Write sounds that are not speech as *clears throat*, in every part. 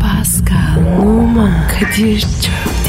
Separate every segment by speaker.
Speaker 1: Pascal, Oman, Kadir çok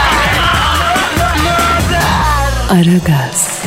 Speaker 1: Aragaz,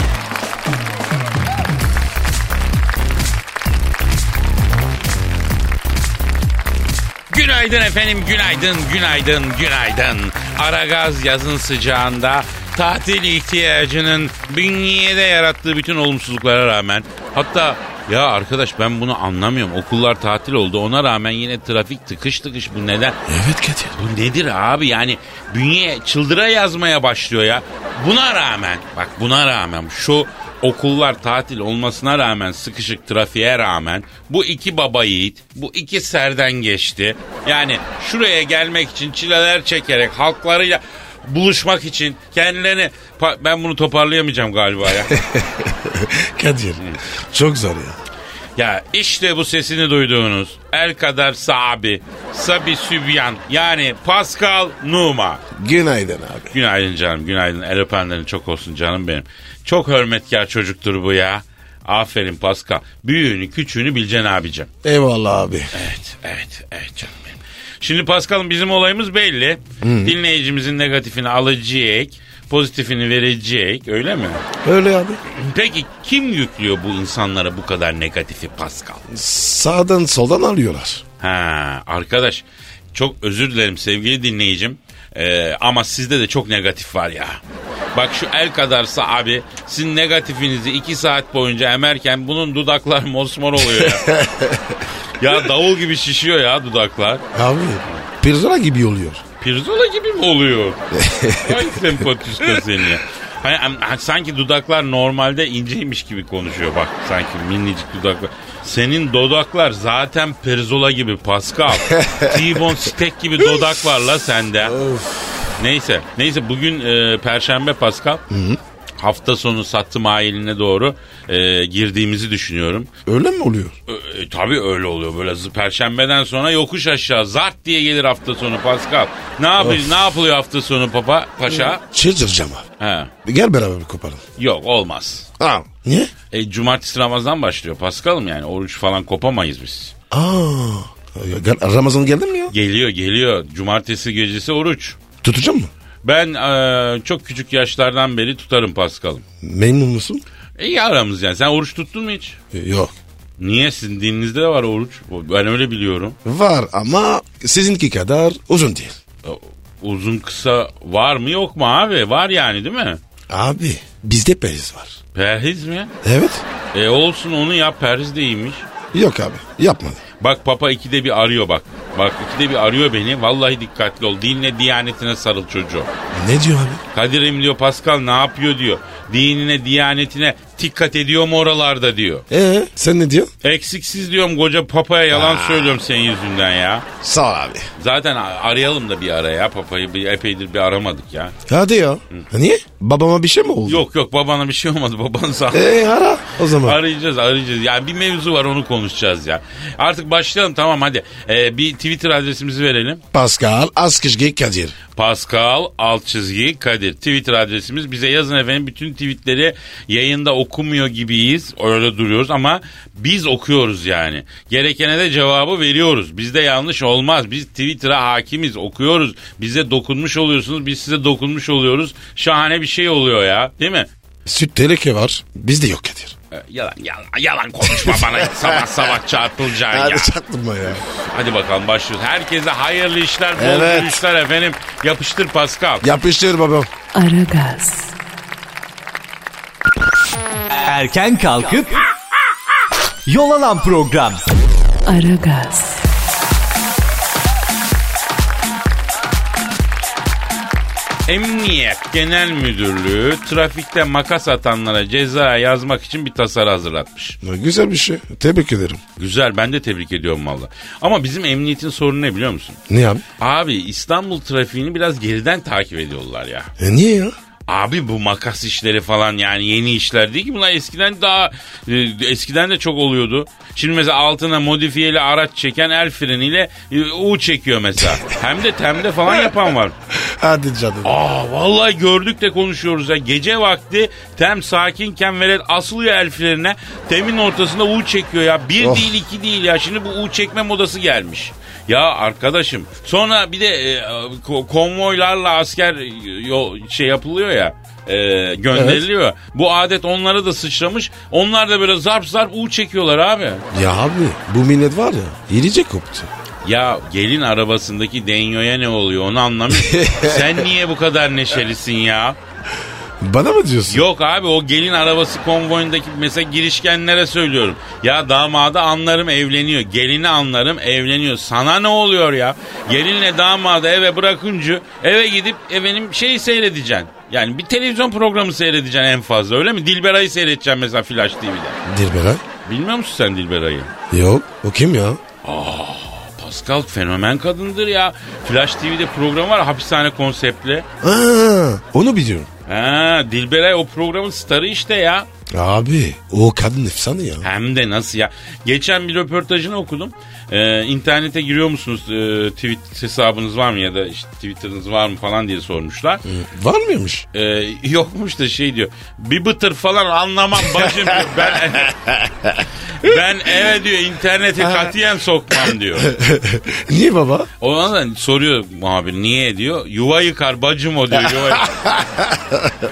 Speaker 2: Günaydın efendim, günaydın, günaydın, günaydın. Aragaz yazın sıcağında tatil ihtiyacının bünyede yarattığı bütün olumsuzluklara rağmen hatta ya arkadaş ben bunu anlamıyorum. Okullar tatil oldu. Ona rağmen yine trafik tıkış tıkış bu neden?
Speaker 3: Evet Kadir.
Speaker 2: Bu nedir abi? Yani bünye çıldıra yazmaya başlıyor ya. Buna rağmen bak buna rağmen şu okullar tatil olmasına rağmen sıkışık trafiğe rağmen bu iki baba yiğit bu iki serden geçti. Yani şuraya gelmek için çileler çekerek halklarıyla buluşmak için kendilerini Pa- ben bunu toparlayamayacağım galiba ya.
Speaker 3: Kadir. Çok zor ya.
Speaker 2: Ya işte bu sesini duyduğunuz El Kadar Sabi, Sabi Sübyan yani Pascal Numa.
Speaker 3: Günaydın abi.
Speaker 2: Günaydın canım, günaydın. El öpenlerin çok olsun canım benim. Çok hürmetkar çocuktur bu ya. Aferin Pascal. Büyüğünü, küçüğünü bileceksin abicim.
Speaker 3: Eyvallah abi.
Speaker 2: Evet, evet, evet canım benim. Şimdi Pascal'ın bizim olayımız belli. Dinleyicimizin negatifini alacak, pozitifini verecek öyle mi?
Speaker 3: Öyle abi.
Speaker 2: Peki kim yüklüyor bu insanlara bu kadar negatifi Pascal?
Speaker 3: Sağdan soldan alıyorlar.
Speaker 2: Ha arkadaş çok özür dilerim sevgili dinleyicim. Ee, ama sizde de çok negatif var ya. Bak şu el kadarsa abi sizin negatifinizi iki saat boyunca emerken bunun dudaklar mosmor oluyor ya. ya davul gibi şişiyor ya dudaklar.
Speaker 3: Abi. Pirzola gibi oluyor.
Speaker 2: Pirzola gibi mi oluyor? *laughs* Vay sempatüska seni ya. Hani, am- ha, sanki dudaklar normalde inceymiş gibi konuşuyor bak sanki minicik dudaklar. Senin dodaklar zaten pirzola gibi Pascal. T-bone steak gibi dodak var la sende. neyse neyse bugün e, perşembe Pascal. Hafta sonu sattım ailine doğru e, girdiğimizi düşünüyorum.
Speaker 3: Öyle mi oluyor?
Speaker 2: E, e, tabii öyle oluyor böyle zı- perşembeden sonra yokuş aşağı zart diye gelir hafta sonu Pascal. Ne yapıyor ne yapılıyor hafta sonu papa paşa?
Speaker 3: Çıldıracağım abi.
Speaker 2: He.
Speaker 3: Gel beraber koparalım.
Speaker 2: Yok olmaz.
Speaker 3: Tamam. Niye?
Speaker 2: E, cumartesi Ramazan başlıyor Pascal'ım yani oruç falan kopamayız biz.
Speaker 3: Aa. Ya gel- Ramazan geldi mi ya?
Speaker 2: Geliyor geliyor cumartesi gecesi oruç.
Speaker 3: Tutacağım mı?
Speaker 2: Ben e, çok küçük yaşlardan beri tutarım Pascal'ım.
Speaker 3: Memnun musun?
Speaker 2: İyi aramız yani sen oruç tuttun mu hiç?
Speaker 3: E, Yok.
Speaker 2: Niye sizin dininizde de var oruç? Ben öyle biliyorum.
Speaker 3: Var ama sizinki kadar uzun değil.
Speaker 2: E, Uzun kısa var mı yok mu abi? Var yani değil mi?
Speaker 3: Abi bizde periz var.
Speaker 2: Perhiz mi?
Speaker 3: Evet.
Speaker 2: E olsun onu yap perhiz de iyiymiş.
Speaker 3: Yok abi yapmadım.
Speaker 2: Bak papa ikide bir arıyor bak. Bak ikide bir arıyor beni. Vallahi dikkatli ol. Dinle diyanetine sarıl çocuğu.
Speaker 3: Ne diyor abi?
Speaker 2: Kadir'im diyor Pascal ne yapıyor diyor. Dinine diyanetine dikkat ediyor mu oralarda diyor.
Speaker 3: Ee sen ne diyorsun?
Speaker 2: Eksiksiz diyorum koca papaya yalan söylüyorum senin yüzünden ya.
Speaker 3: Sağ ol abi.
Speaker 2: Zaten a- arayalım da bir ara ya papayı bir epeydir bir aramadık ya.
Speaker 3: Hadi ya. Niye? Babama bir şey mi oldu?
Speaker 2: Yok yok babana bir şey olmadı *laughs* baban sağ.
Speaker 3: Ee ara o zaman.
Speaker 2: Arayacağız arayacağız. Yani bir mevzu var onu konuşacağız ya. Artık başlayalım tamam hadi. Ee, bir Twitter adresimizi verelim.
Speaker 3: Pascal Askışgi Kadir.
Speaker 2: Pascal alt çizgi Kadir. Twitter adresimiz. Bize yazın efendim. Bütün tweetleri yayında okumuyor gibiyiz. Öyle duruyoruz ama biz okuyoruz yani. Gerekene de cevabı veriyoruz. Bizde yanlış olmaz. Biz Twitter'a hakimiz. Okuyoruz. Bize dokunmuş oluyorsunuz. Biz size dokunmuş oluyoruz. Şahane bir şey oluyor ya. Değil mi?
Speaker 3: Süt teneke var bizde yok Kadir.
Speaker 2: Ee, Yalan, yalan, yalan konuşma
Speaker 3: *laughs*
Speaker 2: bana sabah sabah çarpılacaksın ya.
Speaker 3: Hadi çaktırma ya.
Speaker 2: Hadi bakalım başlıyoruz. Herkese hayırlı işler, bol
Speaker 3: Evet.
Speaker 2: gülüşler efendim. Yapıştır Pascal.
Speaker 3: Yapıştır babam.
Speaker 1: Aragaz,
Speaker 4: Erken kalkıp yol alan program.
Speaker 1: Aragaz,
Speaker 2: Emniyet Genel Müdürlüğü trafikte makas atanlara ceza yazmak için bir tasarı hazırlatmış.
Speaker 3: Ne Güzel bir şey. Tebrik ederim.
Speaker 2: Güzel ben de tebrik ediyorum valla. Ama bizim emniyetin sorunu ne biliyor musun?
Speaker 3: Niye abi?
Speaker 2: Abi İstanbul trafiğini biraz geriden takip ediyorlar ya.
Speaker 3: E niye ya?
Speaker 2: Abi bu makas işleri falan yani yeni işler değil ki bunlar eskiden daha e, eskiden de çok oluyordu. Şimdi mesela altına modifiyeli araç çeken el freniyle e, U çekiyor mesela. Hem de temde falan yapan var.
Speaker 3: Hadi canım.
Speaker 2: Aa vallahi gördük de konuşuyoruz ya. Gece vakti tem sakinken velet asılıyor el frenine. Temin ortasında U çekiyor ya. Bir
Speaker 3: Of.
Speaker 2: değil iki değil ya. Şimdi bu U çekme modası gelmiş. Ya arkadaşım. Sonra bir de e, ko- konvoylarla asker e, yol şey yapılıyor ya. e, gönderiliyor. Bu adet onlara da sıçramış. Onlar da böyle zarp zarp U çekiyorlar abi.
Speaker 3: Ya abi bu millet var ya yiyecek koptu.
Speaker 2: Ya gelin arabasındaki denyoya ne oluyor onu anlamıyorum. Sen niye bu kadar neşelisin ya?
Speaker 3: Bana mı diyorsun?
Speaker 2: Yok abi o gelin arabası konvoyundaki mesela girişkenlere söylüyorum. Ya damadı anlarım evleniyor. Gelini anlarım evleniyor. Sana ne oluyor ya? Gelinle damadı eve bırakınca eve gidip efendim şey seyredeceksin. Yani bir televizyon programı seyredeceksin en fazla öyle mi? Dilberay'ı seyredeceksin mesela Flash TV'de.
Speaker 3: Dilberay.
Speaker 2: Bilmiyor musun sen Dilberay'ı?
Speaker 3: Yok. O kim ya?
Speaker 2: Pascal fenomen kadındır ya. Flash TV'de program var hapishane konseptli.
Speaker 3: Aa, onu biliyorum.
Speaker 2: Ha, Dilberay o programın starı işte ya.
Speaker 3: Abi o kadın efsane ya.
Speaker 2: Hem de nasıl ya? Geçen bir röportajını okudum. Ee, internete giriyor musunuz? Ee, tweet hesabınız var mı ya da işte Twitter'ınız var mı falan diye sormuşlar.
Speaker 3: Var mıymış? *laughs*
Speaker 2: Ee, *laughs* yokmuş da şey diyor. Bir bıtır falan anlamam bacım diyor. Ben, *laughs* ben eve diyor interneti katiyen sokmam diyor.
Speaker 3: Niye baba?
Speaker 2: Ona da soruyor muhabir niye diyor. Yuva yıkar bacım o diyor. Yuva yıkar.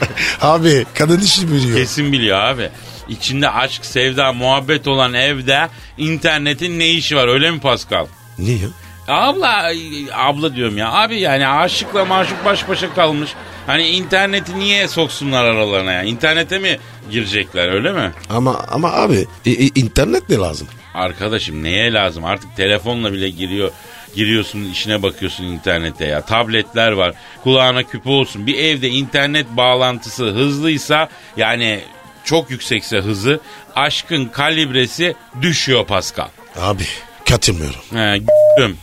Speaker 3: *laughs* Abi kadın işi biliyor.
Speaker 2: Kesin biliyor abi. İçinde aşk, sevda, muhabbet olan evde internetin ne işi var öyle mi Pascal?
Speaker 3: Niye ya?
Speaker 2: Abla, abla diyorum ya. Abi yani aşıkla maşuk baş başa kalmış. Hani interneti niye soksunlar aralarına ya? İnternete mi girecekler öyle mi?
Speaker 3: Ama ama abi i- i- internet ne lazım?
Speaker 2: Arkadaşım neye lazım? Artık telefonla bile giriyor. Giriyorsun işine bakıyorsun internete ya. Tabletler var. Kulağına küpe olsun. Bir evde internet bağlantısı hızlıysa yani çok yüksekse hızı aşkın kalibresi düşüyor Pascal.
Speaker 3: Abi katılmıyorum.
Speaker 2: He, g***üm.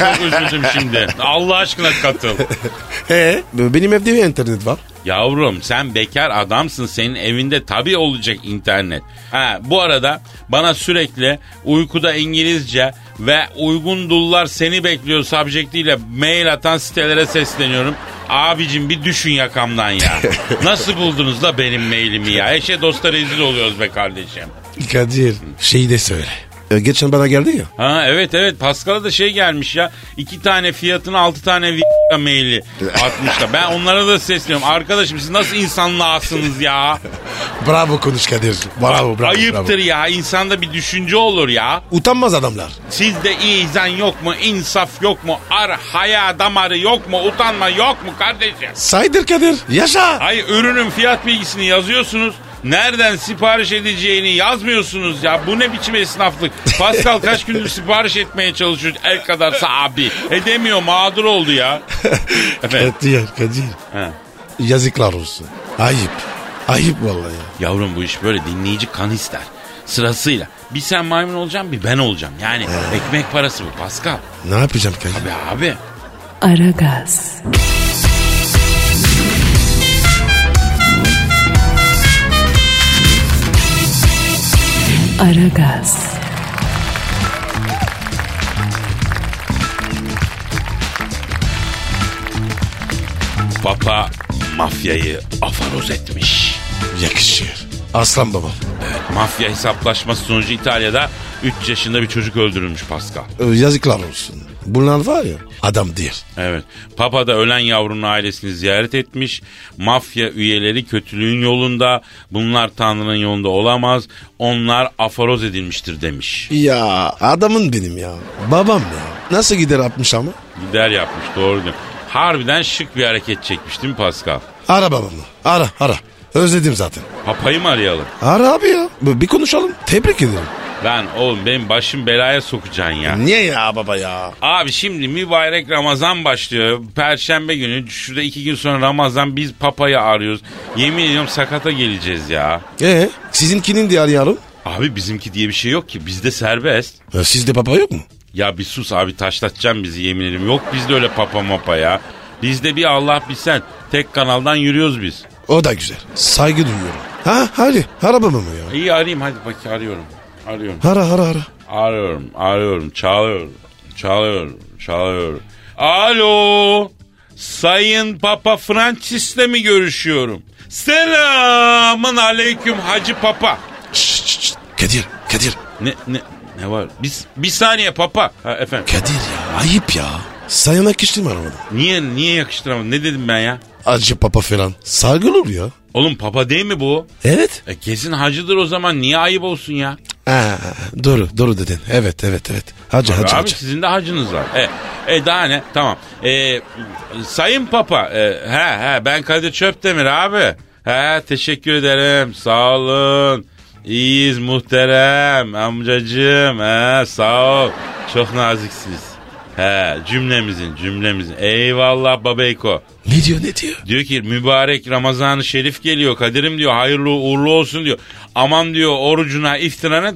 Speaker 2: Çok üzüldüm şimdi. Allah aşkına katıl.
Speaker 3: *laughs* Ee? Benim evde bir internet var.
Speaker 2: Yavrum sen bekar adamsın senin evinde tabii olacak internet. Ha, bu arada bana sürekli uykuda İngilizce ve uygun dullar seni bekliyor subjektiyle mail atan sitelere sesleniyorum. Abicim bir düşün yakamdan ya. Nasıl buldunuz da benim mailimi ya? Eşe dosta rezil oluyoruz be kardeşim.
Speaker 3: Kadir şeyi de söyle. Ee, geçen bana geldi ya.
Speaker 2: Ha evet evet Pascal'a da şey gelmiş ya. iki tane fiyatın altı tane v- maili atmışlar. Ben onlara da sesleniyorum. Arkadaşım siz nasıl insanlığasınız ya?
Speaker 3: Bravo konuş Kadir. Bravo bravo.
Speaker 2: Ayıptır ya. insanda bir düşünce olur ya.
Speaker 3: bravo. Utanmaz adamlar.
Speaker 2: Sizde izan yok mu? insaf yok mu? Ar haya damarı yok mu? Utanma yok mu kardeşim?
Speaker 3: Saydır Kadir. *laughs* Yaşa.
Speaker 2: Ay ürünün fiyat bilgisini yazıyorsunuz. Nereden sipariş edeceğini yazmıyorsunuz ya. Bu ne
Speaker 3: *laughs*
Speaker 2: biçim esnaflık? Pascal kaç gündür sipariş etmeye çalışıyor el kadarsa abi. Edemiyor mağdur
Speaker 3: *laughs*
Speaker 2: oldu ya. Efendim.
Speaker 3: Kadir Kadir.
Speaker 2: Ha.
Speaker 3: Yazıklar olsun. Ayıp. Ayıp vallahi. ya.
Speaker 2: Yavrum bu iş böyle dinleyici kan ister. Sırasıyla. Bir sen maymun olacaksın bir ben olacağım. Yani ekmek parası bu Pascal.
Speaker 3: Ne yapacağım Kadir?
Speaker 2: Be abi.
Speaker 1: Aragaz, Aragaz,
Speaker 2: Papa mafyayı afaroz etmiş.
Speaker 3: Yakışır. Aslan babam.
Speaker 2: Mafya hesaplaşması sonucu İtalya'da 3 yaşında bir çocuk öldürülmüş Pascal.
Speaker 3: Ee, Yazıklar olsun. Bunlar var ya adam değil.
Speaker 2: Evet. Papa da ölen yavrunun ailesini ziyaret etmiş. Mafya üyeleri kötülüğün yolunda. Bunlar Tanrı'nın yolunda olamaz. Onlar afaroz edilmiştir demiş.
Speaker 3: Ya adamın benim ya. Babam ya. Nasıl gider atmış ama?
Speaker 2: Gider yapmış doğru diyor. Harbiden şık bir hareket çekmiş değil mi Pascal?
Speaker 3: Ara babamı. Ara ara. Özledim zaten.
Speaker 2: Papayı mı arayalım?
Speaker 3: Ara abi ya. Bir konuşalım. Tebrik ederim.
Speaker 2: Lan oğlum benim başım belaya sokacaksın ya.
Speaker 3: Niye ya baba ya?
Speaker 2: Abi şimdi mübarek Ramazan başlıyor. Perşembe günü şurada iki gün sonra Ramazan biz papayı arıyoruz. Yemin ediyorum sakata geleceğiz ya.
Speaker 3: Ee, sizinkinin de arayalım.
Speaker 2: Abi bizimki diye bir şey yok ki bizde serbest.
Speaker 3: Ya Sizde papa yok mu?
Speaker 2: Ya bir sus abi taşlatacaksın bizi yemin ederim. Yok bizde öyle papa mapa ya. Bizde bir Allah bir sen. Tek kanaldan yürüyoruz biz.
Speaker 3: O da güzel. Saygı duyuyorum. Ha hadi arabamı mı ya?
Speaker 2: İyi arayayım hadi bak arıyorum. Arıyorum.
Speaker 3: Ara ara ara.
Speaker 2: Arıyorum, arıyorum, çalıyorum, çalıyorum, çalıyorum. Alo, Sayın Papa Francis'le mi görüşüyorum? Selamın aleyküm Hacı Papa.
Speaker 3: Şşt, şşt, şşt. Kadir Kadir.
Speaker 2: Ne, ne, ne var? Biz, bir saniye Papa. Ha, efendim,
Speaker 3: Kadir ya ayıp ya. Sayana yakıştırma arabada.
Speaker 2: niye, niye yakıştıramadım? Ne dedim ben ya?
Speaker 3: Acı papa falan. Saygı olur ya.
Speaker 2: Oğlum Papa değil mi bu?
Speaker 3: Evet.
Speaker 2: E kesin hacıdır o zaman niye ayıp olsun ya?
Speaker 3: Ha, doğru doğru dedin. Evet evet evet. Hacı hacı
Speaker 2: abi
Speaker 3: hacı.
Speaker 2: sizin de hacınız var. E, e daha ne? Tamam. E, sayın Papa. e, he he ben Kadir Çöptemir abi. He teşekkür ederim. Sağ olun. İyiyiz muhterem amcacığım. He sağ ol. Çok naziksiniz. He cümlemizin cümlemizin. Eyvallah babeyko.
Speaker 3: Ne diyor ne diyor?
Speaker 2: Diyor ki mübarek Ramazan-ı Şerif geliyor Kadir'im diyor hayırlı uğurlu olsun diyor. Aman diyor orucuna iftarına,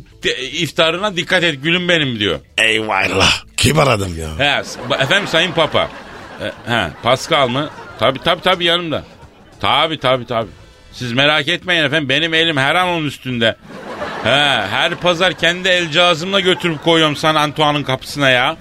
Speaker 2: iftarına dikkat et gülüm benim diyor.
Speaker 3: Eyvallah. Kibar adam ya.
Speaker 2: He, ba- efendim Sayın Papa. E, he, Pascal mı? Tabi tabi tabi yanımda. Tabi tabi tabi. Siz merak etmeyin efendim benim elim her an onun üstünde. He, her pazar kendi el cihazımla götürüp koyuyorum San Antoine'ın kapısına ya.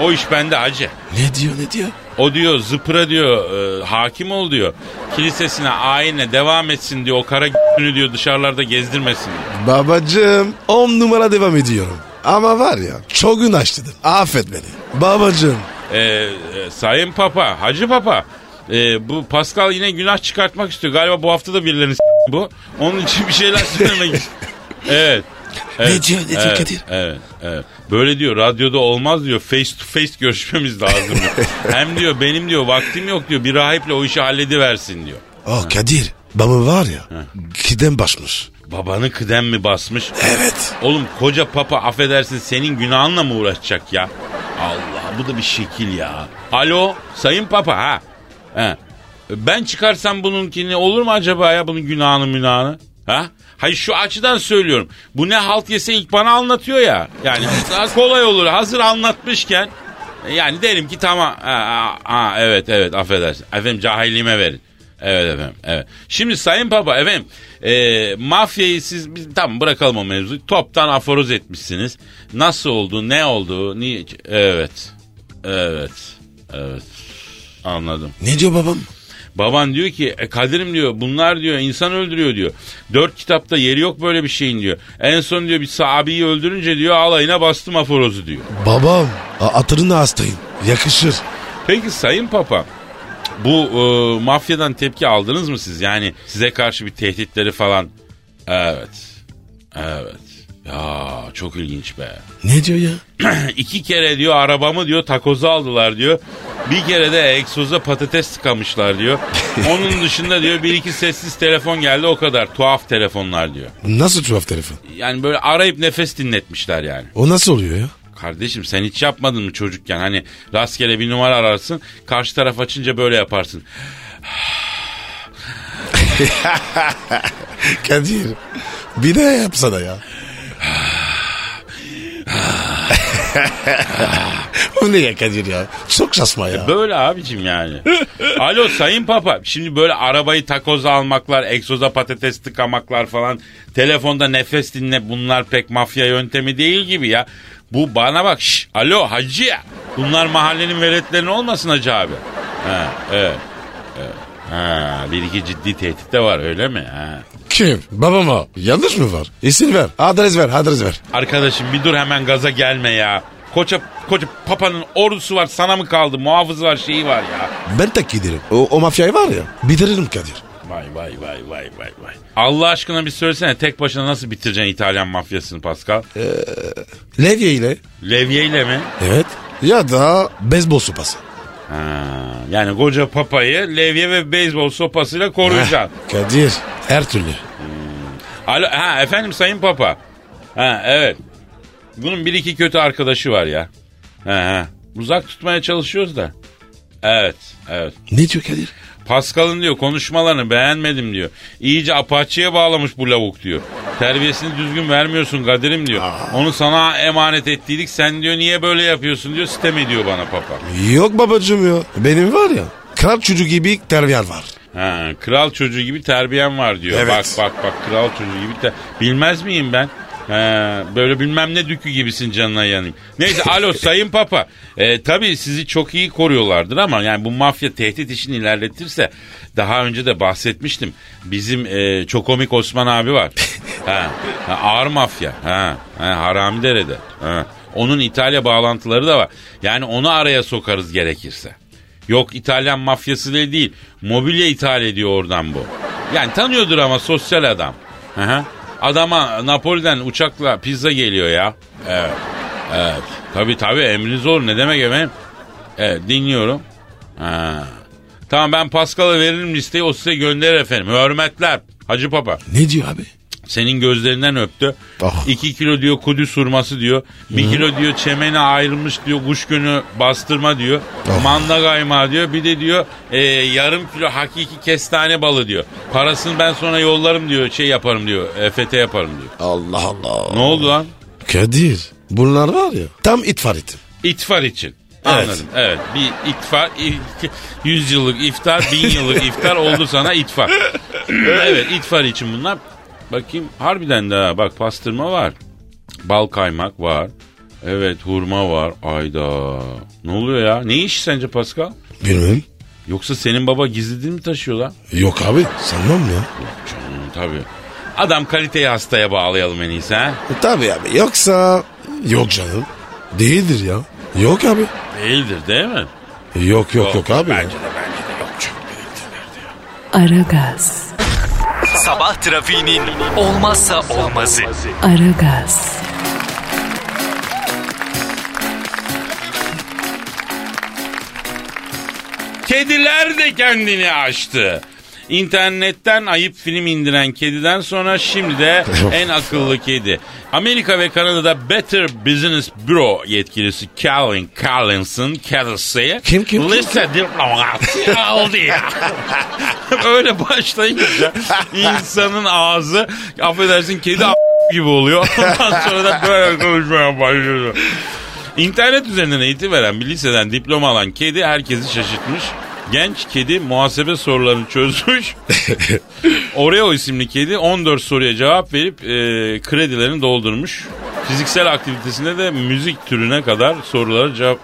Speaker 2: O iş bende hacı.
Speaker 3: Ne diyor ne diyor?
Speaker 2: O diyor zıpıra diyor e, hakim ol diyor. Kilisesine ayine devam etsin diyor. O kara *laughs* günü diyor dışarılarda gezdirmesin diyor.
Speaker 3: Babacım 10 numara devam ediyorum. Ama var ya çok gün açtırdın. Affet beni. Babacım.
Speaker 2: Ee, e, sayın Papa, Hacı Papa. e, bu Pascal yine günah çıkartmak istiyor. Galiba bu hafta da birilerini s- bu. Onun için bir şeyler
Speaker 3: *laughs*
Speaker 2: söylemek istiyor. Evet. evet,
Speaker 3: Ne diyor, ne diyor
Speaker 2: evet,
Speaker 3: Kadir?
Speaker 2: Evet, evet. Böyle diyor radyoda olmaz diyor. Face to face görüşmemiz lazım
Speaker 3: *laughs*
Speaker 2: diyor. Hem diyor benim diyor vaktim yok diyor. Bir rahiple o işi hallediversin diyor.
Speaker 3: Oh Kadir. Babam var ya. Giden başmış.
Speaker 2: Babanı kıdem mi basmış?
Speaker 3: Evet.
Speaker 2: Oğlum koca papa affedersin senin günahınla mı uğraşacak ya? Allah bu da bir şekil ya. Alo sayın papa ha. He. Ben çıkarsam bununkini olur mu acaba ya bunun günahını münahını? Ha? Hayır şu açıdan söylüyorum. Bu ne halt yese ilk bana anlatıyor ya. Yani daha kolay olur hazır anlatmışken. Yani derim ki tamam. Ha, ha, ha, evet evet affedersin. Efendim cahilliğime verin. Evet efendim. Evet. Şimdi Sayın Papa efendim e, mafyayı siz biz, tamam bırakalım o mevzuyu. Toptan aforoz etmişsiniz. Nasıl oldu? Ne oldu? Niye? Evet. Evet. Evet. Anladım.
Speaker 3: Ne diyor babam?
Speaker 2: Baban diyor ki e, Kadir'im diyor bunlar diyor insan öldürüyor diyor. Dört kitapta yeri yok böyle bir şeyin diyor. En son diyor bir sahabeyi öldürünce diyor alayına bastım aforozu diyor.
Speaker 3: Babam. a- Atırına hastayım. Yakışır.
Speaker 2: Peki Sayın Papa bu e, mafyadan tepki aldınız mı siz? Yani size karşı bir tehditleri falan. Evet. Evet. Ya çok ilginç be. *clears throat*
Speaker 3: Ne diyor ya?
Speaker 2: İki kere diyor arabamı diyor takoza aldılar diyor. Bir kere de egzoza patates tıkamışlar diyor. Onun dışında diyor bir iki sessiz telefon geldi o kadar. Tuhaf telefonlar diyor.
Speaker 3: Nasıl tuhaf telefon?
Speaker 2: Yani böyle arayıp nefes dinletmişler yani.
Speaker 3: O nasıl oluyor ya?
Speaker 2: Kardeşim sen hiç yapmadın mı çocukken? Hani rastgele bir numara ararsın. Karşı taraf açınca böyle yaparsın.
Speaker 3: Kadir. Bir de yapsana ya. Bu ne ya Kadir ya? Çok şaşma ya.
Speaker 2: Böyle abicim yani. Alo sayın papa. Şimdi böyle arabayı takoza almaklar, egzoza patates tıkamaklar falan. Telefonda nefes dinle bunlar pek mafya yöntemi değil gibi ya. Bu bana bak. şş, alo hacı. Bunlar mahallenin veletlerin olmasın hacı abi. Ha, evet. evet. Ha, bir iki ciddi tehdit de var öyle mi? Ha.
Speaker 3: Kim? Babam o. Yanlış mı var? İsim ver. Adres ver. Adres ver.
Speaker 2: Arkadaşım bir dur hemen gaza gelme ya. Koca koca papanın ordusu var sana mı kaldı? Muhafız var şeyi var ya.
Speaker 3: Ben tek giderim. O, o mafyayı var ya. Bitiririm Kadir.
Speaker 2: Vay vay vay vay vay vay. Allah aşkına bir söylesene tek başına nasıl bitireceksin İtalyan mafyasını Pascal?
Speaker 3: Levye ile.
Speaker 2: Levyeyle mi?
Speaker 3: Evet. Ya da beyzbol sopası.
Speaker 2: Ha, yani koca papayı levye ve beyzbol sopasıyla
Speaker 3: *laughs*
Speaker 2: koruyacaksın.
Speaker 3: Heh, Kadir. Her türlü.
Speaker 2: Alo, ha efendim sayın papa. Ha evet. Bunun bir iki kötü arkadaşı var ya. He he. Uzak tutmaya çalışıyoruz da. Evet, evet.
Speaker 3: Ne diyor Kadir?
Speaker 2: Pascal'ın diyor konuşmalarını beğenmedim diyor. İyice apaçıya bağlamış bu lavuk diyor. Terbiyesini düzgün vermiyorsun Kadir'im diyor. Onu sana emanet ettiydik sen diyor niye böyle yapıyorsun diyor sitem ediyor bana papa.
Speaker 3: Yok babacığım ya. Benim var ya. Kral çocuk gibi terbiyen var.
Speaker 2: Ha, kral çocuğu gibi terbiyem var diyor.
Speaker 3: Evet.
Speaker 2: Bak bak bak kral çocuğu gibi ter- Bilmez miyim ben? Ha, böyle bilmem ne dükü gibisin canına yanayım. Neyse alo sayın papa. E, tabii sizi çok iyi koruyorlardır ama yani bu mafya tehdit işini ilerletirse daha önce de bahsetmiştim. Bizim e, çok komik Osman abi var. ha, ha, ağır mafya. Ha, ha, Haramidere'de. Ha. Onun İtalya bağlantıları da var. Yani onu araya sokarız gerekirse. Yok İtalyan mafyası da değil. Mobilya ithal ediyor oradan bu. Yani tanıyordur ama sosyal adam. Hı hı. Adama Napoli'den uçakla pizza geliyor ya. Evet. Evet. Tabii tabii emriniz olur. Ne demek efendim? Evet dinliyorum. Ha. Tamam ben Pascal'a veririm listeyi o size gönderir efendim. Hürmetler. Hacı Papa.
Speaker 3: Ne diyor abi?
Speaker 2: Senin gözlerinden öptü.
Speaker 3: Ah.
Speaker 2: 2 kilo diyor kudüs hurması diyor. 1 kilo diyor çemene ayrılmış diyor kuş günü bastırma diyor. Manda kaymağı diyor. Bir de diyor e, yarım kilo hakiki kestane balı diyor. Parasını ben sonra yollarım diyor. Şey yaparım diyor. EFT yaparım diyor.
Speaker 3: Allah Allah.
Speaker 2: Ne oldu lan?
Speaker 3: Kadir. Bunlar var ya. Tam itfarit.
Speaker 2: İtfar için.
Speaker 3: Evet.
Speaker 2: Anladım. Evet. Bir itfar, i- 100 yıllık iftar, 1000 yıllık iftar oldu sana itfar. evet, itfar için bunlar. Bakayım harbiden de ha, bak pastırma var. Bal kaymak var. Evet, hurma var. Ayda. Ne oluyor ya? Ne iş sence Pascal?
Speaker 3: Bilmem.
Speaker 2: Yoksa senin baba gizlidin mi taşıyor lan?
Speaker 3: Yok abi. Sanmam ya.
Speaker 2: Canım tabii. Adam kaliteyi hastaya bağlayalım en iyisi ha.
Speaker 3: E, tabii abi. Yoksa... Yok canım. Değildir ya. Yok abi.
Speaker 2: Değildir değil mi?
Speaker 3: Yok yok yok abi. ya.
Speaker 1: Aragaz,
Speaker 4: Sabah trafiğinin olmazsa olmazı.
Speaker 1: Aragaz,
Speaker 2: Kediler de kendini açtı. İnternetten ayıp film indiren kediden sonra şimdi de en akıllı kedi. Amerika ve Kanada'da Better Business Bureau yetkilisi Calvin Collinson kedisi
Speaker 3: Kim, kim, kim,
Speaker 2: lise diploması aldı ya. *laughs* Öyle başlayınca insanın ağzı affedersin kedi a- gibi oluyor. Ondan sonra da böyle konuşmaya başlıyor. İnternet üzerinden eğitim veren bir liseden diploma alan kedi herkesi şaşırtmış. Genç kedi muhasebe sorularını çözmüş.
Speaker 3: *laughs*
Speaker 2: Oreo isimli kedi 14 soruya cevap verip e, kredilerini doldurmuş. Fiziksel aktivitesinde de müzik türüne kadar sorulara cevap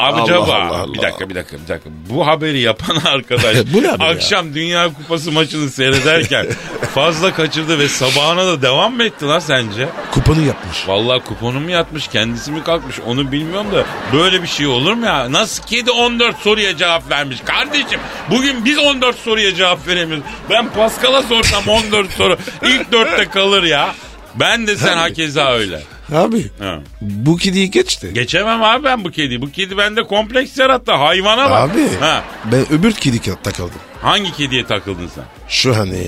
Speaker 2: Abi
Speaker 3: Allah
Speaker 2: cevap-
Speaker 3: Allah Allah.
Speaker 2: Bir dakika bir dakika bir dakika. Bu haberi yapan *laughs* arkadaş
Speaker 3: Bu ne haber ya?
Speaker 2: akşam Dünya Kupası
Speaker 3: *laughs*
Speaker 2: maçını seyrederken fazla kaçırdı ve sabahına da devam mı etti lan sence?
Speaker 3: Kuponu yapmış.
Speaker 2: Vallahi kuponu mu yatmış kendisi mi kalkmış onu bilmiyorum da böyle bir şey olur mu ya? Nasıl kedi 14 soruya cevap vermiş kardeşim? Bugün biz 14 soruya cevap veremiyoruz. Ben Paskal'a sorsam 14 soru ilk 4'te kalır ya. Ben de sen hakeza öyle.
Speaker 3: Abi.
Speaker 2: Ha.
Speaker 3: Bu kediyi geçti.
Speaker 2: Geçemem abi ben bu kediyi. Bu kedi bende kompleks yarattı. Hayvana bak.
Speaker 3: Abi.
Speaker 2: Ha.
Speaker 3: Ben öbür kedi ka- takıldım.
Speaker 2: Hangi kediye takıldın sen?
Speaker 3: Şu hani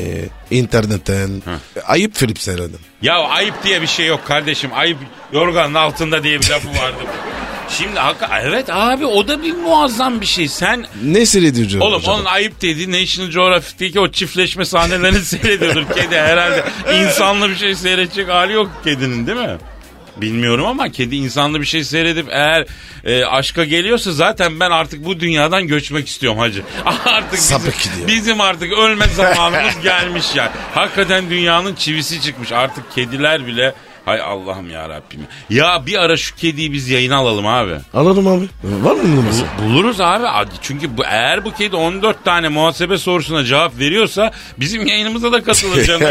Speaker 3: internetten ayıp film seyredim.
Speaker 2: Ya ayıp diye bir şey yok kardeşim. Ayıp yorganın altında diye bir lafı vardı. Şimdi hakka- evet abi o da bir muazzam bir şey. Sen
Speaker 3: Ne seyrediyorsun?
Speaker 2: Oğlum onun ayıp dediği National Geographic'teki o çiftleşme sahnelerini *laughs* seyrediyordur kedi herhalde. İnsanlı bir şey seyredecek hali yok kedinin değil mi? Bilmiyorum ama kedi insanlı bir şey seyredip eğer e, aşka geliyorsa zaten ben artık bu dünyadan göçmek istiyorum hacı. *laughs* artık bizim,
Speaker 3: Sapık gidiyor.
Speaker 2: bizim artık ölme
Speaker 3: *laughs*
Speaker 2: zamanımız gelmiş yani. Hakikaten dünyanın çivisi çıkmış artık kediler bile Hay Allah'ım ya Rabbim. Ya bir ara şu kediyi biz yayına alalım abi.
Speaker 3: Alalım abi. Var mı numarası?
Speaker 2: Bu- Buluruz abi. Ad- Çünkü bu, eğer bu kedi 14 tane muhasebe sorusuna cevap veriyorsa bizim yayınımıza da katılır canım.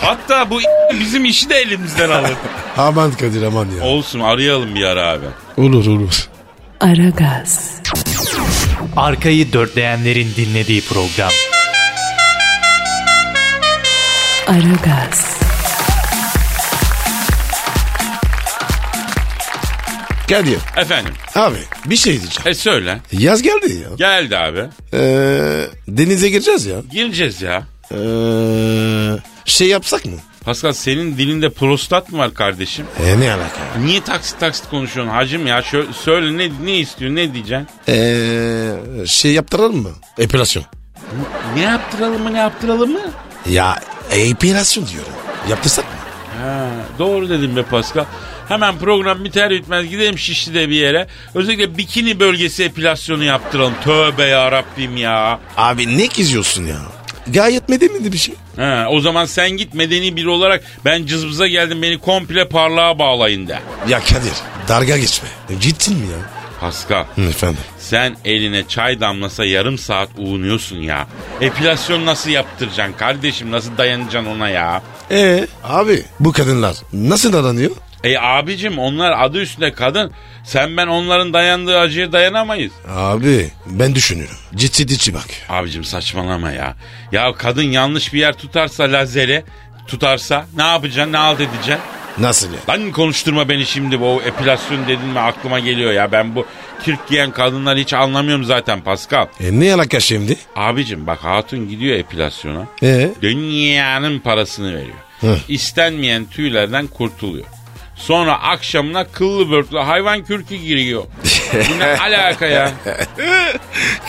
Speaker 2: Hatta bu bizim işi de elimizden alır.
Speaker 3: Aman Kadir aman ya.
Speaker 2: Olsun arayalım bir ara abi.
Speaker 3: Olur olur.
Speaker 1: Aragaz,
Speaker 4: Arkayı dörtleyenlerin dinlediği program.
Speaker 1: Aragaz,
Speaker 3: Kadir.
Speaker 2: Efendim
Speaker 3: Abi bir şey diyeceğim.
Speaker 2: e söyle.
Speaker 3: Yaz geldi ya.
Speaker 2: Geldi abi.
Speaker 3: Ee, denize gireceğiz ya.
Speaker 2: Gireceğiz ya.
Speaker 3: Ee, şey yapsak mı?
Speaker 2: Pascal senin dilinde prostat mı var kardeşim?
Speaker 3: E ne alaka?
Speaker 2: Niye taksit taksit konuşuyorsun hacım ya? Şö- söyle ne, ne istiyorsun ne diyeceksin?
Speaker 3: Eee şey yaptıralım mı? Epilasyon.
Speaker 2: Ne yaptıralım mı ne yaptıralım mı?
Speaker 3: Ya epilasyon diyorum. Yaptırsak mı?
Speaker 2: Ha, doğru dedim be Pascal. Hemen program biter bitmez gidelim Şişli'de bir yere. Özellikle bikini bölgesi epilasyonu yaptıralım. Tövbe ya Rabbim ya.
Speaker 3: Abi ne geziyorsun ya? Gayet medeni bir şey.
Speaker 2: Ha, o zaman sen git medeni biri olarak ben cızbıza geldim beni komple parlağa bağlayın de.
Speaker 3: Ya Kadir darga geçme. Gittin mi ya?
Speaker 2: Pascal
Speaker 3: Hı, Efendim.
Speaker 2: sen eline çay damlasa yarım saat uğunuyorsun ya. Epilasyon nasıl yaptıracaksın kardeşim nasıl dayanacaksın ona ya?
Speaker 3: Ee abi bu kadınlar nasıl davranıyor?
Speaker 2: E abicim onlar adı üstünde kadın. Sen ben onların dayandığı acıya dayanamayız.
Speaker 3: Abi ben düşünüyorum. Ciddi ciddi bak.
Speaker 2: Abicim saçmalama ya. Ya kadın yanlış bir yer tutarsa lazeri tutarsa ne yapacaksın ne halt edeceksin?
Speaker 3: Nasıl ya?
Speaker 2: Lan konuşturma beni şimdi bu epilasyon dedin mi aklıma geliyor ya. Ben bu kürk giyen kadınları hiç anlamıyorum zaten Pascal.
Speaker 3: E ne alaka şimdi?
Speaker 2: Abicim bak hatun gidiyor epilasyona.
Speaker 3: Ee?
Speaker 2: Dünyanın parasını veriyor.
Speaker 3: Hı.
Speaker 2: İstenmeyen tüylerden kurtuluyor. Sonra akşamına kıllı börtlü hayvan kürkü giriyor. Bu ne alaka ya?
Speaker 3: *laughs*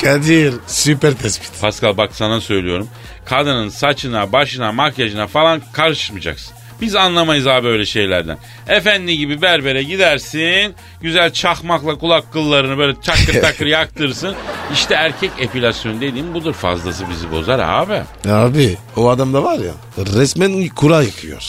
Speaker 3: Kadir süper tespit.
Speaker 2: Pascal bak sana söylüyorum. Kadının saçına, başına, makyajına falan karışmayacaksın. Biz anlamayız abi öyle şeylerden. Efendi gibi berbere gidersin. Güzel çakmakla kulak kıllarını böyle çakır takır yaktırsın. İşte erkek epilasyonu dediğim budur. Fazlası bizi bozar abi.
Speaker 3: Abi o adam da var ya resmen kura yıkıyor.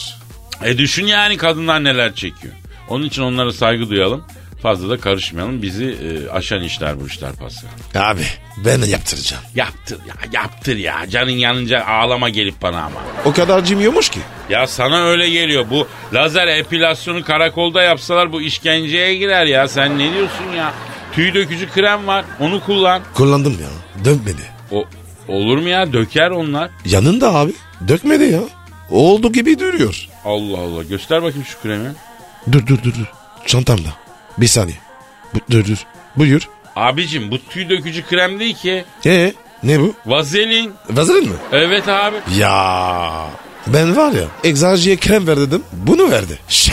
Speaker 2: E düşün yani kadınlar neler çekiyor. Onun için onlara saygı duyalım. Fazla da karışmayalım. Bizi e, aşan işler bu işler Pascal.
Speaker 3: Abi ben de yaptıracağım.
Speaker 2: Yaptır ya yaptır ya. Canın yanınca ağlama gelip bana ama.
Speaker 3: O kadar cimriyormuş ki.
Speaker 2: Ya sana öyle geliyor. Bu lazer epilasyonu karakolda yapsalar bu işkenceye girer ya. Sen ne diyorsun ya? Tüy dökücü krem var. Onu kullan.
Speaker 3: Kullandım ya dön beni.
Speaker 2: O olur mu ya? Döker onlar.
Speaker 3: Yanında abi dökmedi ya. Oldu gibi duruyor.
Speaker 2: Allah Allah. Göster bakayım şu kremi.
Speaker 3: Dur dur dur dur. Çantamda. Bir saniye. Bu- dur dur. Buyur.
Speaker 2: Abicim bu tüy dökücü krem değil ki.
Speaker 3: Ee ne bu?
Speaker 2: Vazelin.
Speaker 3: Vazelin mi?
Speaker 2: Evet abi.
Speaker 3: Ya ben var ya egzerciye krem ver dedim. Bunu verdi. Ş-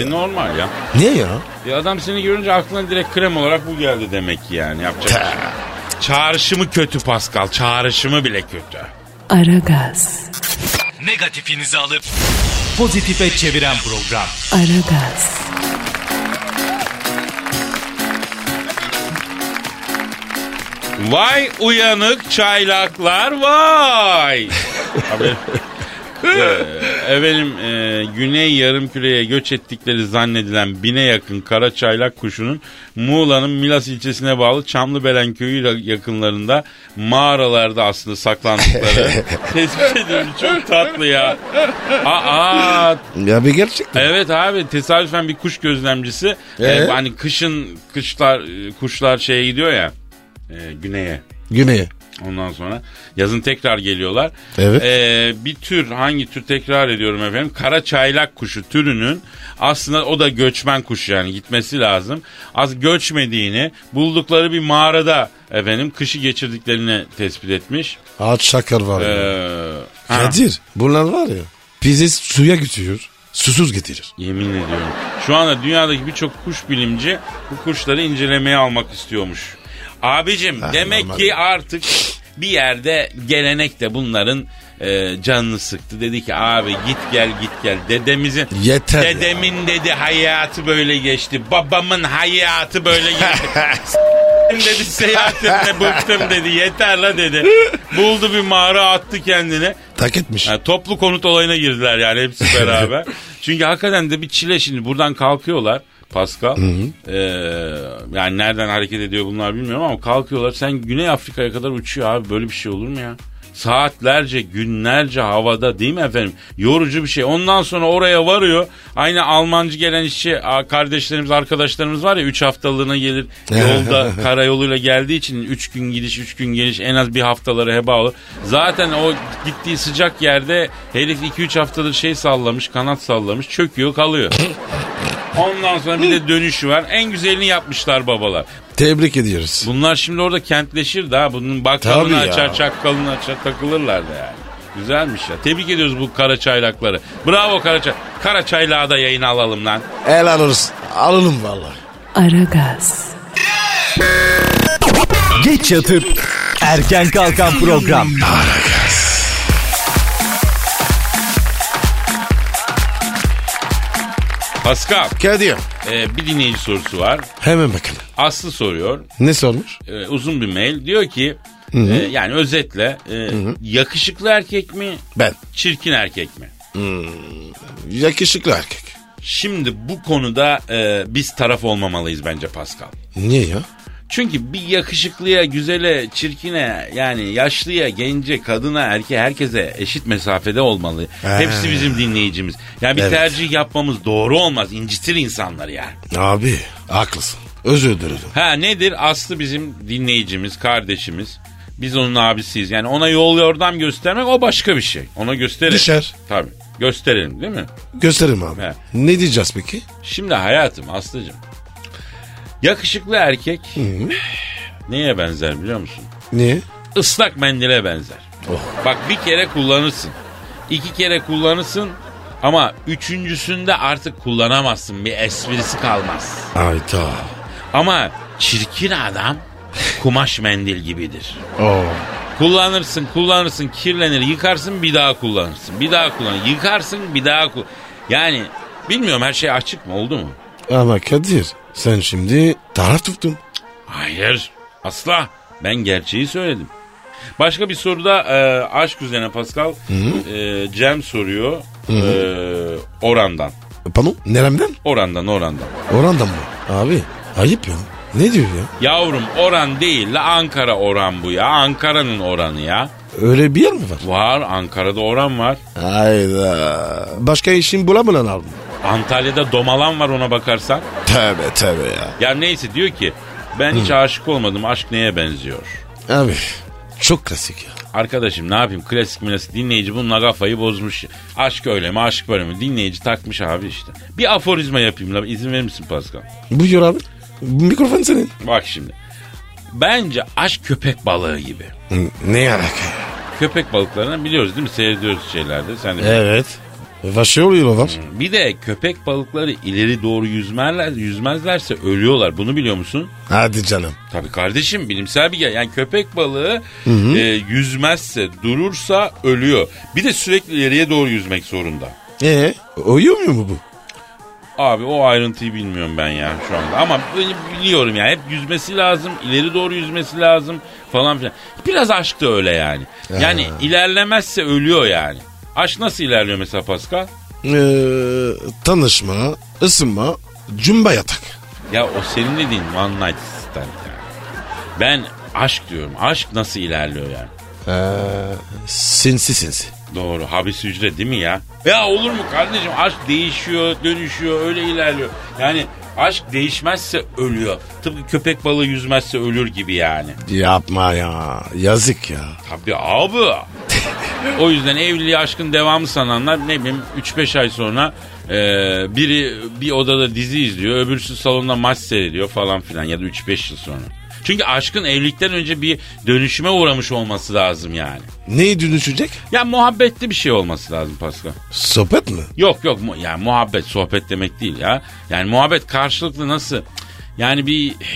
Speaker 2: E normal ya.
Speaker 3: Niye ya?
Speaker 2: E adam seni görünce aklına direkt krem olarak bu geldi demek ki yani. Yapacak. bir şey yok. Çağrışımı kötü Pascal. Çağrışımı bile kötü.
Speaker 1: Aragaz,
Speaker 4: Negatifinizi alıp pozitife çeviren program.
Speaker 1: Aragaz,
Speaker 2: Vay uyanık çaylaklar vay. Abi, e, efendim e, güney yarımküreye göç ettikleri zannedilen bine yakın kara çaylak kuşunun Muğla'nın Milas ilçesine bağlı Çamlıbelen köyü yakınlarında mağaralarda aslında saklandıkları tespit edilmiş. Çok tatlı ya. Aa,
Speaker 3: Ya bir gerçek.
Speaker 2: Evet abi tesadüfen bir kuş gözlemcisi e,
Speaker 3: Ee?
Speaker 2: hani kışın kışlar e, kuşlar şeye gidiyor ya e, güneye.
Speaker 3: Güney'e.
Speaker 2: Ondan sonra yazın tekrar geliyorlar.
Speaker 3: Evet.
Speaker 2: E, bir tür hangi tür tekrar ediyorum efendim kara çaylak kuşu türünün aslında o da göçmen kuş yani gitmesi lazım. Az göçmediğini buldukları bir mağarada efendim kışı geçirdiklerini tespit etmiş.
Speaker 3: Ağaç şakar var
Speaker 2: E,
Speaker 3: ya.
Speaker 2: ha.
Speaker 3: Kadir bunlar var ya. Bizi suya götürüyor. Susuz getirir.
Speaker 2: Yemin ediyorum. Şu anda dünyadaki birçok kuş bilimci bu kuşları incelemeye almak istiyormuş. Abicim
Speaker 3: Ah,
Speaker 2: demek
Speaker 3: normal.
Speaker 2: ki artık bir yerde gelenek de bunların e, canını sıktı. Dedi ki abi git gel git gel. Dedemizin
Speaker 3: Yeter ya.
Speaker 2: dedemin dedi hayatı böyle geçti. Babamın hayatı
Speaker 3: *laughs*
Speaker 2: böyle geçti. S**tim dedi seyahatimle bıktım dedi. Yeter la dedi. Buldu bir mağara attı kendine.
Speaker 3: Tak etmiş.
Speaker 2: Ha, toplu konut olayına girdiler yani hepsi beraber. Çünkü hakikaten de bir çile şimdi buradan kalkıyorlar. Pascal. Ee, yani nereden hareket ediyor bunlar bilmiyorum ama kalkıyorlar. Sen Güney Afrika'ya kadar uçuyor abi. Böyle bir şey olur mu ya? Saatlerce, günlerce havada değil mi efendim? Yorucu bir şey. Ondan sonra oraya varıyor. Aynı Almancı gelen işçi a- kardeşlerimiz, arkadaşlarımız var ya 3 haftalığına gelir. Yolda karayoluyla geldiği için 3 gün gidiş 3 gün geliş en az bir haftaları heba olur. Zaten o gittiği sıcak yerde herif 2-3 haftadır şey sallamış kanat sallamış çöküyor kalıyor. Ondan sonra bir de dönüşü var. En güzelini yapmışlar babalar.
Speaker 3: Tebrik ediyoruz.
Speaker 2: Bunlar şimdi orada kentleşir daha bunun bakkalını
Speaker 3: Tabii ya.
Speaker 2: açar çakkalını açar takılırlar da yani. Güzelmiş ya. Tebrik ediyoruz bu kara çaylakları. Bravo kara çay. Kara çaylağı da yayına alalım lan.
Speaker 3: El alırız. Alalım valla.
Speaker 1: Aragaz,
Speaker 4: Geç yatıp erken kalkan program.
Speaker 2: Pascal
Speaker 3: Kadir.
Speaker 2: e, bir dinleyici sorusu var.
Speaker 3: Hemen bakalım.
Speaker 2: Aslı soruyor.
Speaker 3: Ne sormuş?
Speaker 2: E, uzun bir mail. Diyor ki e, yani özetle e, yakışıklı erkek mi
Speaker 3: Ben.
Speaker 2: çirkin erkek mi?
Speaker 3: Yakışıklı erkek.
Speaker 2: Şimdi bu konuda e, biz taraf olmamalıyız bence Pascal.
Speaker 3: Niye ya?
Speaker 2: Çünkü bir yakışıklıya, güzele, çirkine yani yaşlıya, gence, kadına, erkeğe herkese eşit mesafede olmalı.
Speaker 3: Ha.
Speaker 2: Hepsi bizim dinleyicimiz. Yani bir
Speaker 3: Evet.
Speaker 2: tercih yapmamız doğru olmaz. İncitir insanları yani.
Speaker 3: Abi haklısın. Özür dilerim.
Speaker 2: Ha nedir? Aslı bizim dinleyicimiz, kardeşimiz. Biz onun abisiyiz. Yani ona yol yordam göstermek o başka bir şey. Ona gösterelim.
Speaker 3: Düşer.
Speaker 2: Tabii. Gösterelim değil mi?
Speaker 3: Gösterim abi.
Speaker 2: He.
Speaker 3: Ne diyeceğiz peki?
Speaker 2: Şimdi hayatım Aslı'cığım. Yakışıklı erkek *sighs* neye benzer biliyor musun?
Speaker 3: Niye?
Speaker 2: Islak mendile benzer. Bak bir kere kullanırsın. iki kere kullanırsın ama üçüncüsünde artık kullanamazsın. Bir esprisi kalmaz.
Speaker 3: Ayta.
Speaker 2: Ama çirkin adam kumaş mendil gibidir.
Speaker 3: Oo.
Speaker 2: Kullanırsın, kullanırsın, kirlenir, yıkarsın bir daha kullanırsın. Bir daha kullan, yıkarsın bir daha kullan. Yani bilmiyorum her şey açık mı oldu mu?
Speaker 3: Ama Kadir sen şimdi taraf tuttun.
Speaker 2: Hayır. Asla. Ben gerçeği söyledim. Başka bir soruda e, aşk üzerine Pascal e, Cem soruyor e, Oran'dan.
Speaker 3: Pardon? Neremden?
Speaker 2: Oran'dan Oran'dan.
Speaker 3: Orandan mı? Abi ayıp ya. Ne diyor ya?
Speaker 2: Yavrum Oran değil la Ankara Oran bu ya. Ankara'nın Oran'ı ya.
Speaker 3: Öyle bir yer mi var?
Speaker 2: Var Ankara'da Oran var.
Speaker 3: Hayda. Başka işin bulamadın abi.
Speaker 2: Antalya'da Domalan var ona bakarsan.
Speaker 3: Tövbe tövbe ya.
Speaker 2: Ya neyse diyor ki ben hiç aşık olmadım. Aşk neye benziyor?
Speaker 3: Abi çok klasik ya.
Speaker 2: Arkadaşım ne yapayım klasik minasik dinleyici bununla kafayı bozmuş. Aşk öyle mi aşk böyle mi dinleyici takmış abi işte. Bir aforizma yapayım la izin verir misin Pascal?
Speaker 3: Buyur abi. Bu mikrofon senin.
Speaker 2: Bak şimdi. Bence aşk köpek balığı gibi.
Speaker 3: Ne alaka?
Speaker 2: Köpek balıklarını biliyoruz değil mi? Seyrediyoruz şeylerde. Sen de
Speaker 3: Evet. Başı oluyor var.
Speaker 2: Bir de köpek balıkları ileri doğru yüzmerler, yüzmezlerse ölüyorlar. Bunu biliyor musun?
Speaker 3: Hadi canım.
Speaker 2: Tabii kardeşim bilimsel bir yer. Yani köpek balığı e, yüzmezse, durursa ölüyor. Bir de sürekli ileriye doğru yüzmek zorunda.
Speaker 3: Ee, uyuyor mu bu?
Speaker 2: Abi o ayrıntıyı bilmiyorum ben ya şu anda. Ama bili- biliyorum ya hep yüzmesi lazım, ileri doğru yüzmesi lazım falan filan. Biraz aşk da öyle yani. Yani ilerlemezse ölüyor yani. Aşk nasıl ilerliyor mesela Pascal?
Speaker 3: Ee, tanışma, ısınma, cumba yatak.
Speaker 2: Ya o senin dediğin one night stand yani. Ben aşk diyorum. Aşk nasıl ilerliyor yani?
Speaker 3: Ee, Sinsi sinsi.
Speaker 2: Doğru. Habis hücre değil mi ya? Ya olur mu kardeşim? Aşk değişiyor, dönüşüyor, öyle ilerliyor. Yani aşk değişmezse ölüyor. Tıpkı köpek balığı yüzmezse ölür gibi yani.
Speaker 3: Yapma ya. Yazık ya.
Speaker 2: Tabii abi. o yüzden evliliği aşkın devamı sananlar ne bileyim 3-5 ay sonra e, biri bir odada dizi izliyor öbürsü salonda maç seyrediyor falan filan ya da 3-5 yıl sonra. Çünkü aşkın evlilikten önce bir dönüşüme uğramış olması lazım yani.
Speaker 3: Neyi dönüşecek?
Speaker 2: Ya muhabbetli bir şey olması lazım Pascal.
Speaker 3: Sohbet mi?
Speaker 2: Yok yok mu, yani muhabbet sohbet demek değil ya. Yani muhabbet karşılıklı nasıl? Yani bir eh,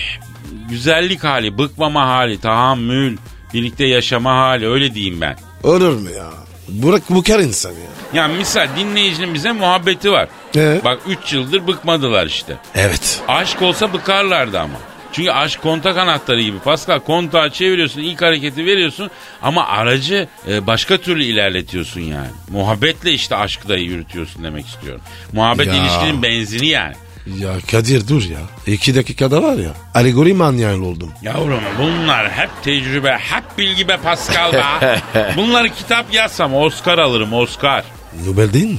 Speaker 2: güzellik hali, bıkmama hali, tahammül, birlikte yaşama hali öyle diyeyim ben.
Speaker 3: Olur mu ya? Burak bukar insan ya.
Speaker 2: Ya misal dinleyicinin bize muhabbeti var.
Speaker 3: Ee?
Speaker 2: Bak 3 yıldır bıkmadılar işte.
Speaker 3: Evet.
Speaker 2: Aşk olsa bıkarlardı ama. Çünkü aşk kontak anahtarı gibi. Pascal kontağı çeviriyorsun, ilk hareketi veriyorsun ama aracı e, başka türlü ilerletiyorsun yani. Muhabbetle işte aşkı da yürütüyorsun demek istiyorum. Muhabbet
Speaker 3: Ya.
Speaker 2: ilişkinin benzini yani.
Speaker 3: Ya Kadir dur ya. İki dakikada var ya. Alegori manyağı oldum.
Speaker 2: Yavrum bunlar hep tecrübe, hep bilgi be Pascal be. Bunları kitap yazsam Oscar alırım Oscar.
Speaker 3: Nobel değil mi?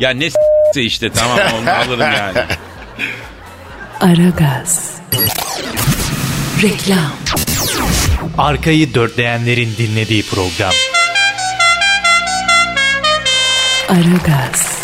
Speaker 2: Ya ne s*** işte tamam onu alırım yani.
Speaker 1: Aragaz. Reklam,
Speaker 4: Arkayı dörtleyenlerin dinlediği program.
Speaker 1: Aragaz,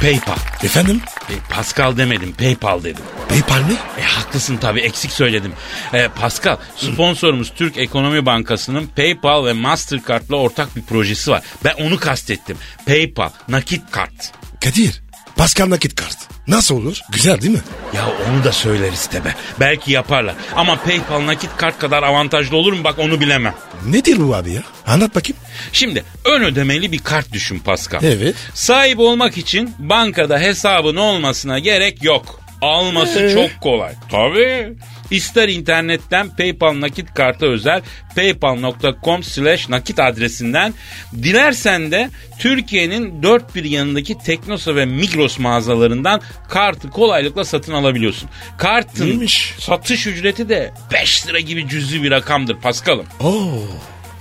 Speaker 2: PayPal.
Speaker 3: Efendim?
Speaker 2: E, Pascal demedim PayPal dedim.
Speaker 3: Paypal mi?
Speaker 2: E haklısın tabii eksik söyledim. E, Pascal sponsorumuz Türk Ekonomi Bankası'nın PayPal ve Mastercard'la ortak bir projesi var. Ben onu kastettim. PayPal, nakit kart.
Speaker 3: Kadir. Pascal nakit kart. Nasıl olur? Güzel değil mi?
Speaker 2: Ya onu da söyleriz tabi. Belki yaparlar. Ama PayPal nakit kart kadar avantajlı olur mu bak onu bilemem.
Speaker 3: Nedir bu abi ya? Anlat bakayım.
Speaker 2: Şimdi ön ödemeli bir kart düşün Pascal.
Speaker 3: Evet.
Speaker 2: Sahip olmak için bankada hesabın olmasına gerek yok. Alması çok kolay. Tabii. İster internetten PayPal nakit kartı özel paypal.com slash nakit adresinden dilersen de Türkiye'nin dört bir yanındaki Teknosa ve Migros mağazalarından kartı kolaylıkla satın alabiliyorsun. Kartın
Speaker 3: İyiymiş.
Speaker 2: satış ücreti de 5 lira gibi cüzi bir rakamdır Paskal'ım.
Speaker 3: Oo.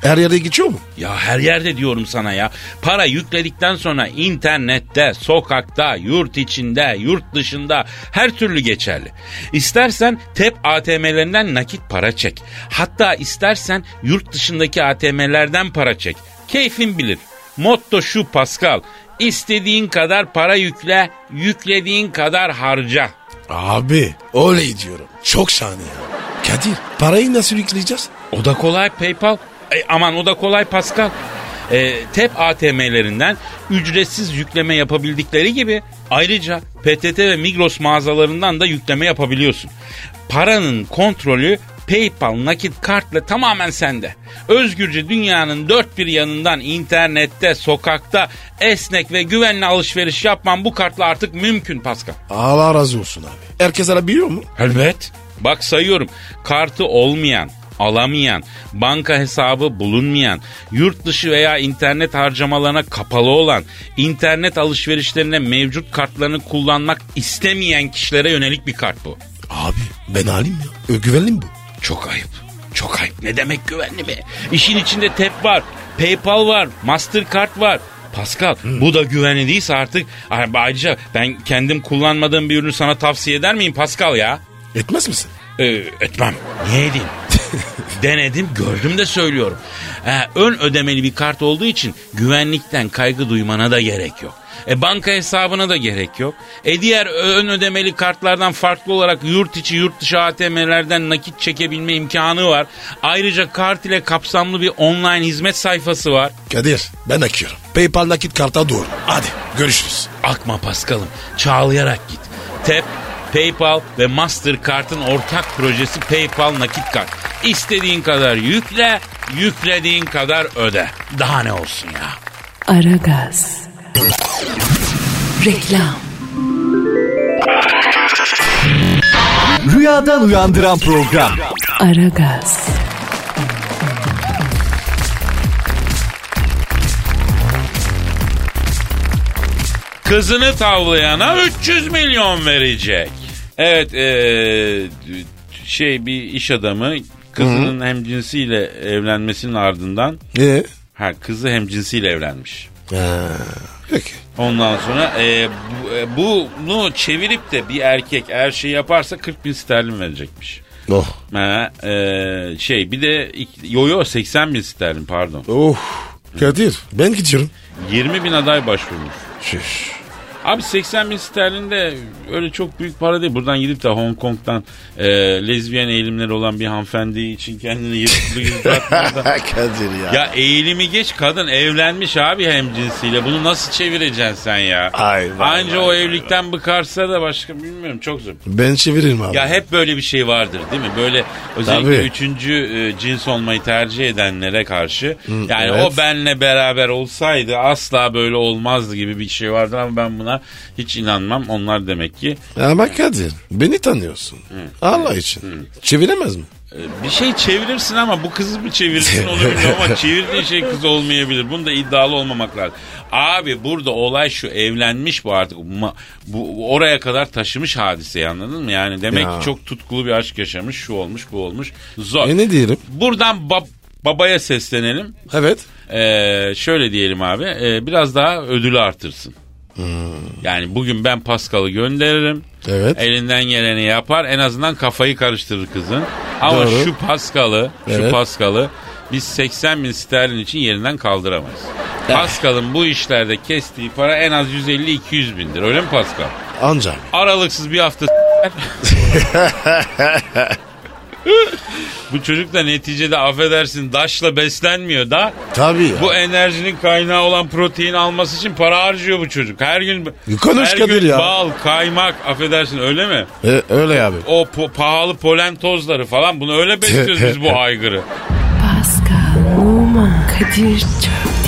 Speaker 3: Her yere geçiyor mu?
Speaker 2: Ya her yerde diyorum sana ya. Para yükledikten sonra internette, sokakta, yurt içinde, yurt dışında her türlü geçerli. İstersen E TEP ATM'lerinden nakit para çek. Hatta istersen yurt dışındaki ATM'lerden para çek. Keyfin bilir. Motto şu Pascal. İstediğin kadar para yükle, yüklediğin kadar harca.
Speaker 3: Abi öyle diyorum. Çok şahane ya. Kadir parayı nasıl yükleyeceğiz?
Speaker 2: O da kolay PayPal. E, aman o da kolay Pascal. E, TEP ATM'lerinden ücretsiz yükleme yapabildikleri gibi ayrıca PTT ve Migros mağazalarından da yükleme yapabiliyorsun. Paranın kontrolü PayPal nakit kartla tamamen sende. Özgürce dünyanın dört bir yanından internette, sokakta esnek ve güvenli alışveriş yapman bu kartla artık mümkün Pascal.
Speaker 3: Allah razı olsun abi. Herkes alabiliyor mu?
Speaker 2: Elbet. Bak sayıyorum. Kartı olmayan, alamayan, banka hesabı bulunmayan, yurt dışı veya internet harcamalarına kapalı olan, internet alışverişlerine mevcut kartlarını kullanmak istemeyen kişilere yönelik bir kart bu.
Speaker 3: Abi ben alayım ya. Ö, Güvenli mi bu?
Speaker 2: Çok ayıp. Çok ayıp. Ne demek güvenli mi? İşin içinde TEP var, PayPal var, Mastercard var. Pascal bu da güvenli değilse artık ayrıca ben kendim kullanmadığım bir ürünü sana tavsiye eder miyim Pascal ya?
Speaker 3: Etmez misin?
Speaker 2: Ee, etmem. Niye edeyim? *laughs* Denedim gördüm de söylüyorum. Ee, ön ödemeli bir kart olduğu için güvenlikten kaygı duymana da gerek yok. E, banka hesabına da gerek yok. E, diğer ön ödemeli kartlardan farklı olarak yurt içi yurt dışı ATM'lerden nakit çekebilme imkanı var. Ayrıca kart ile kapsamlı bir online hizmet sayfası var.
Speaker 3: Kadir ben akıyorum. Paypal nakit karta doğru. Hadi görüşürüz.
Speaker 2: Akma Paskal'ım. Çağlayarak git. Tep, PayPal ve Mastercard'ın ortak projesi PayPal Nakit Kart. İstediğin kadar yükle, yüklediğin kadar öde. Daha ne olsun ya?
Speaker 1: Aragaz. Reklam.
Speaker 4: Rüyadan uyandıran program.
Speaker 1: Aragaz.
Speaker 2: Kızını tavlayana 300 milyon verecek. Evet, eee, şey bir iş adamı kızının hem cinsiyle evlenmesinin ardından
Speaker 3: Ee?
Speaker 2: ha kızı hem cinsiyle evlenmiş.
Speaker 3: Peki.
Speaker 2: Ondan sonra e, bu, e, bunu çevirip de bir erkek her şeyi yaparsa 40 bin sterlin verecekmiş.
Speaker 3: Oh.
Speaker 2: Ha, e, şey bir de ik- yo yo 80 bin sterlin pardon.
Speaker 3: Oh. Kadir ben gidiyorum.
Speaker 2: 20 bin aday başvurmuş.
Speaker 3: Şiş.
Speaker 2: Abi 80 bin sterlin de öyle çok büyük para değil. Buradan gidip de Hong Kong'dan e, lezbiyen eğilimleri olan bir hanımefendi için kendini yırtıklı yırtıklı
Speaker 3: *laughs* Kadir
Speaker 2: Ya eğilimi geç kadın evlenmiş abi hem cinsiyle. Bunu nasıl çevireceksin sen ya?
Speaker 3: Ay, vay,
Speaker 2: Anca
Speaker 3: vay,
Speaker 2: o
Speaker 3: vay,
Speaker 2: evlilikten bıkarsa da başka bilmiyorum çok zor.
Speaker 3: Ben çeviririm abi.
Speaker 2: Ya hep böyle bir şey vardır değil mi? Böyle özellikle
Speaker 3: Tabii.
Speaker 2: üçüncü e, cins olmayı tercih edenlere karşı. yani
Speaker 3: evet.
Speaker 2: o benle beraber olsaydı asla böyle olmazdı gibi bir şey vardır ama ben buna hiç inanmam. Onlar demek ki
Speaker 3: Ama Kadir beni tanıyorsun. Allah için. Çeviremez mi?
Speaker 2: e, bir şey çevirirsin ama bu kızı
Speaker 3: *laughs*
Speaker 2: mı çevirirsin onu bilmiyorum ama çevirdiğin şey kız olmayabilir. Bunu da iddialı olmamak lazım. Abi burada olay şu evlenmiş bu artık. Ma- bu oraya kadar taşımış hadiseyi anladın mı? Yani demek
Speaker 3: Ya.
Speaker 2: ki çok tutkulu bir aşk yaşamış. Şu olmuş bu olmuş. Zor.
Speaker 3: E ne diyelim?
Speaker 2: Buradan bab- babaya seslenelim.
Speaker 3: Evet.
Speaker 2: Ee, şöyle diyelim abi. ee, biraz daha ödülü artırsın. Yani bugün ben Paskal'ı gönderirim.
Speaker 3: Hmm. Evet.
Speaker 2: Elinden geleni yapar. En azından kafayı karıştırır kızın. Ama
Speaker 3: Doğru.
Speaker 2: şu Paskal'ı, şu
Speaker 3: Evet.
Speaker 2: Paskal'ı biz 80 bin sterlin için yerinden
Speaker 3: Eh.
Speaker 2: kaldıramayız. Paskal'ın bu işlerde kestiği para en az 150-200 bindir. Öyle mi Paskal?
Speaker 3: Anca.
Speaker 2: Aralıksız bir hafta s**ler. Bu çocuk da neticede affedersin daşla beslenmiyor da
Speaker 3: Tabii ya.
Speaker 2: bu enerjinin kaynağı olan protein alması için para harcıyor bu çocuk. Her gün
Speaker 3: Konuş
Speaker 2: her
Speaker 3: Kadir
Speaker 2: gün
Speaker 3: ya.
Speaker 2: bal, kaymak affedersin öyle mi?
Speaker 3: E, öyle abi.
Speaker 2: O po- pahalı polen tozları falan bunu
Speaker 3: *laughs*
Speaker 2: öyle besliyoruz biz bu aygırı.
Speaker 1: Pascal, Oman, Kadir çok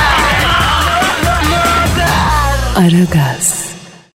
Speaker 1: Aragaz.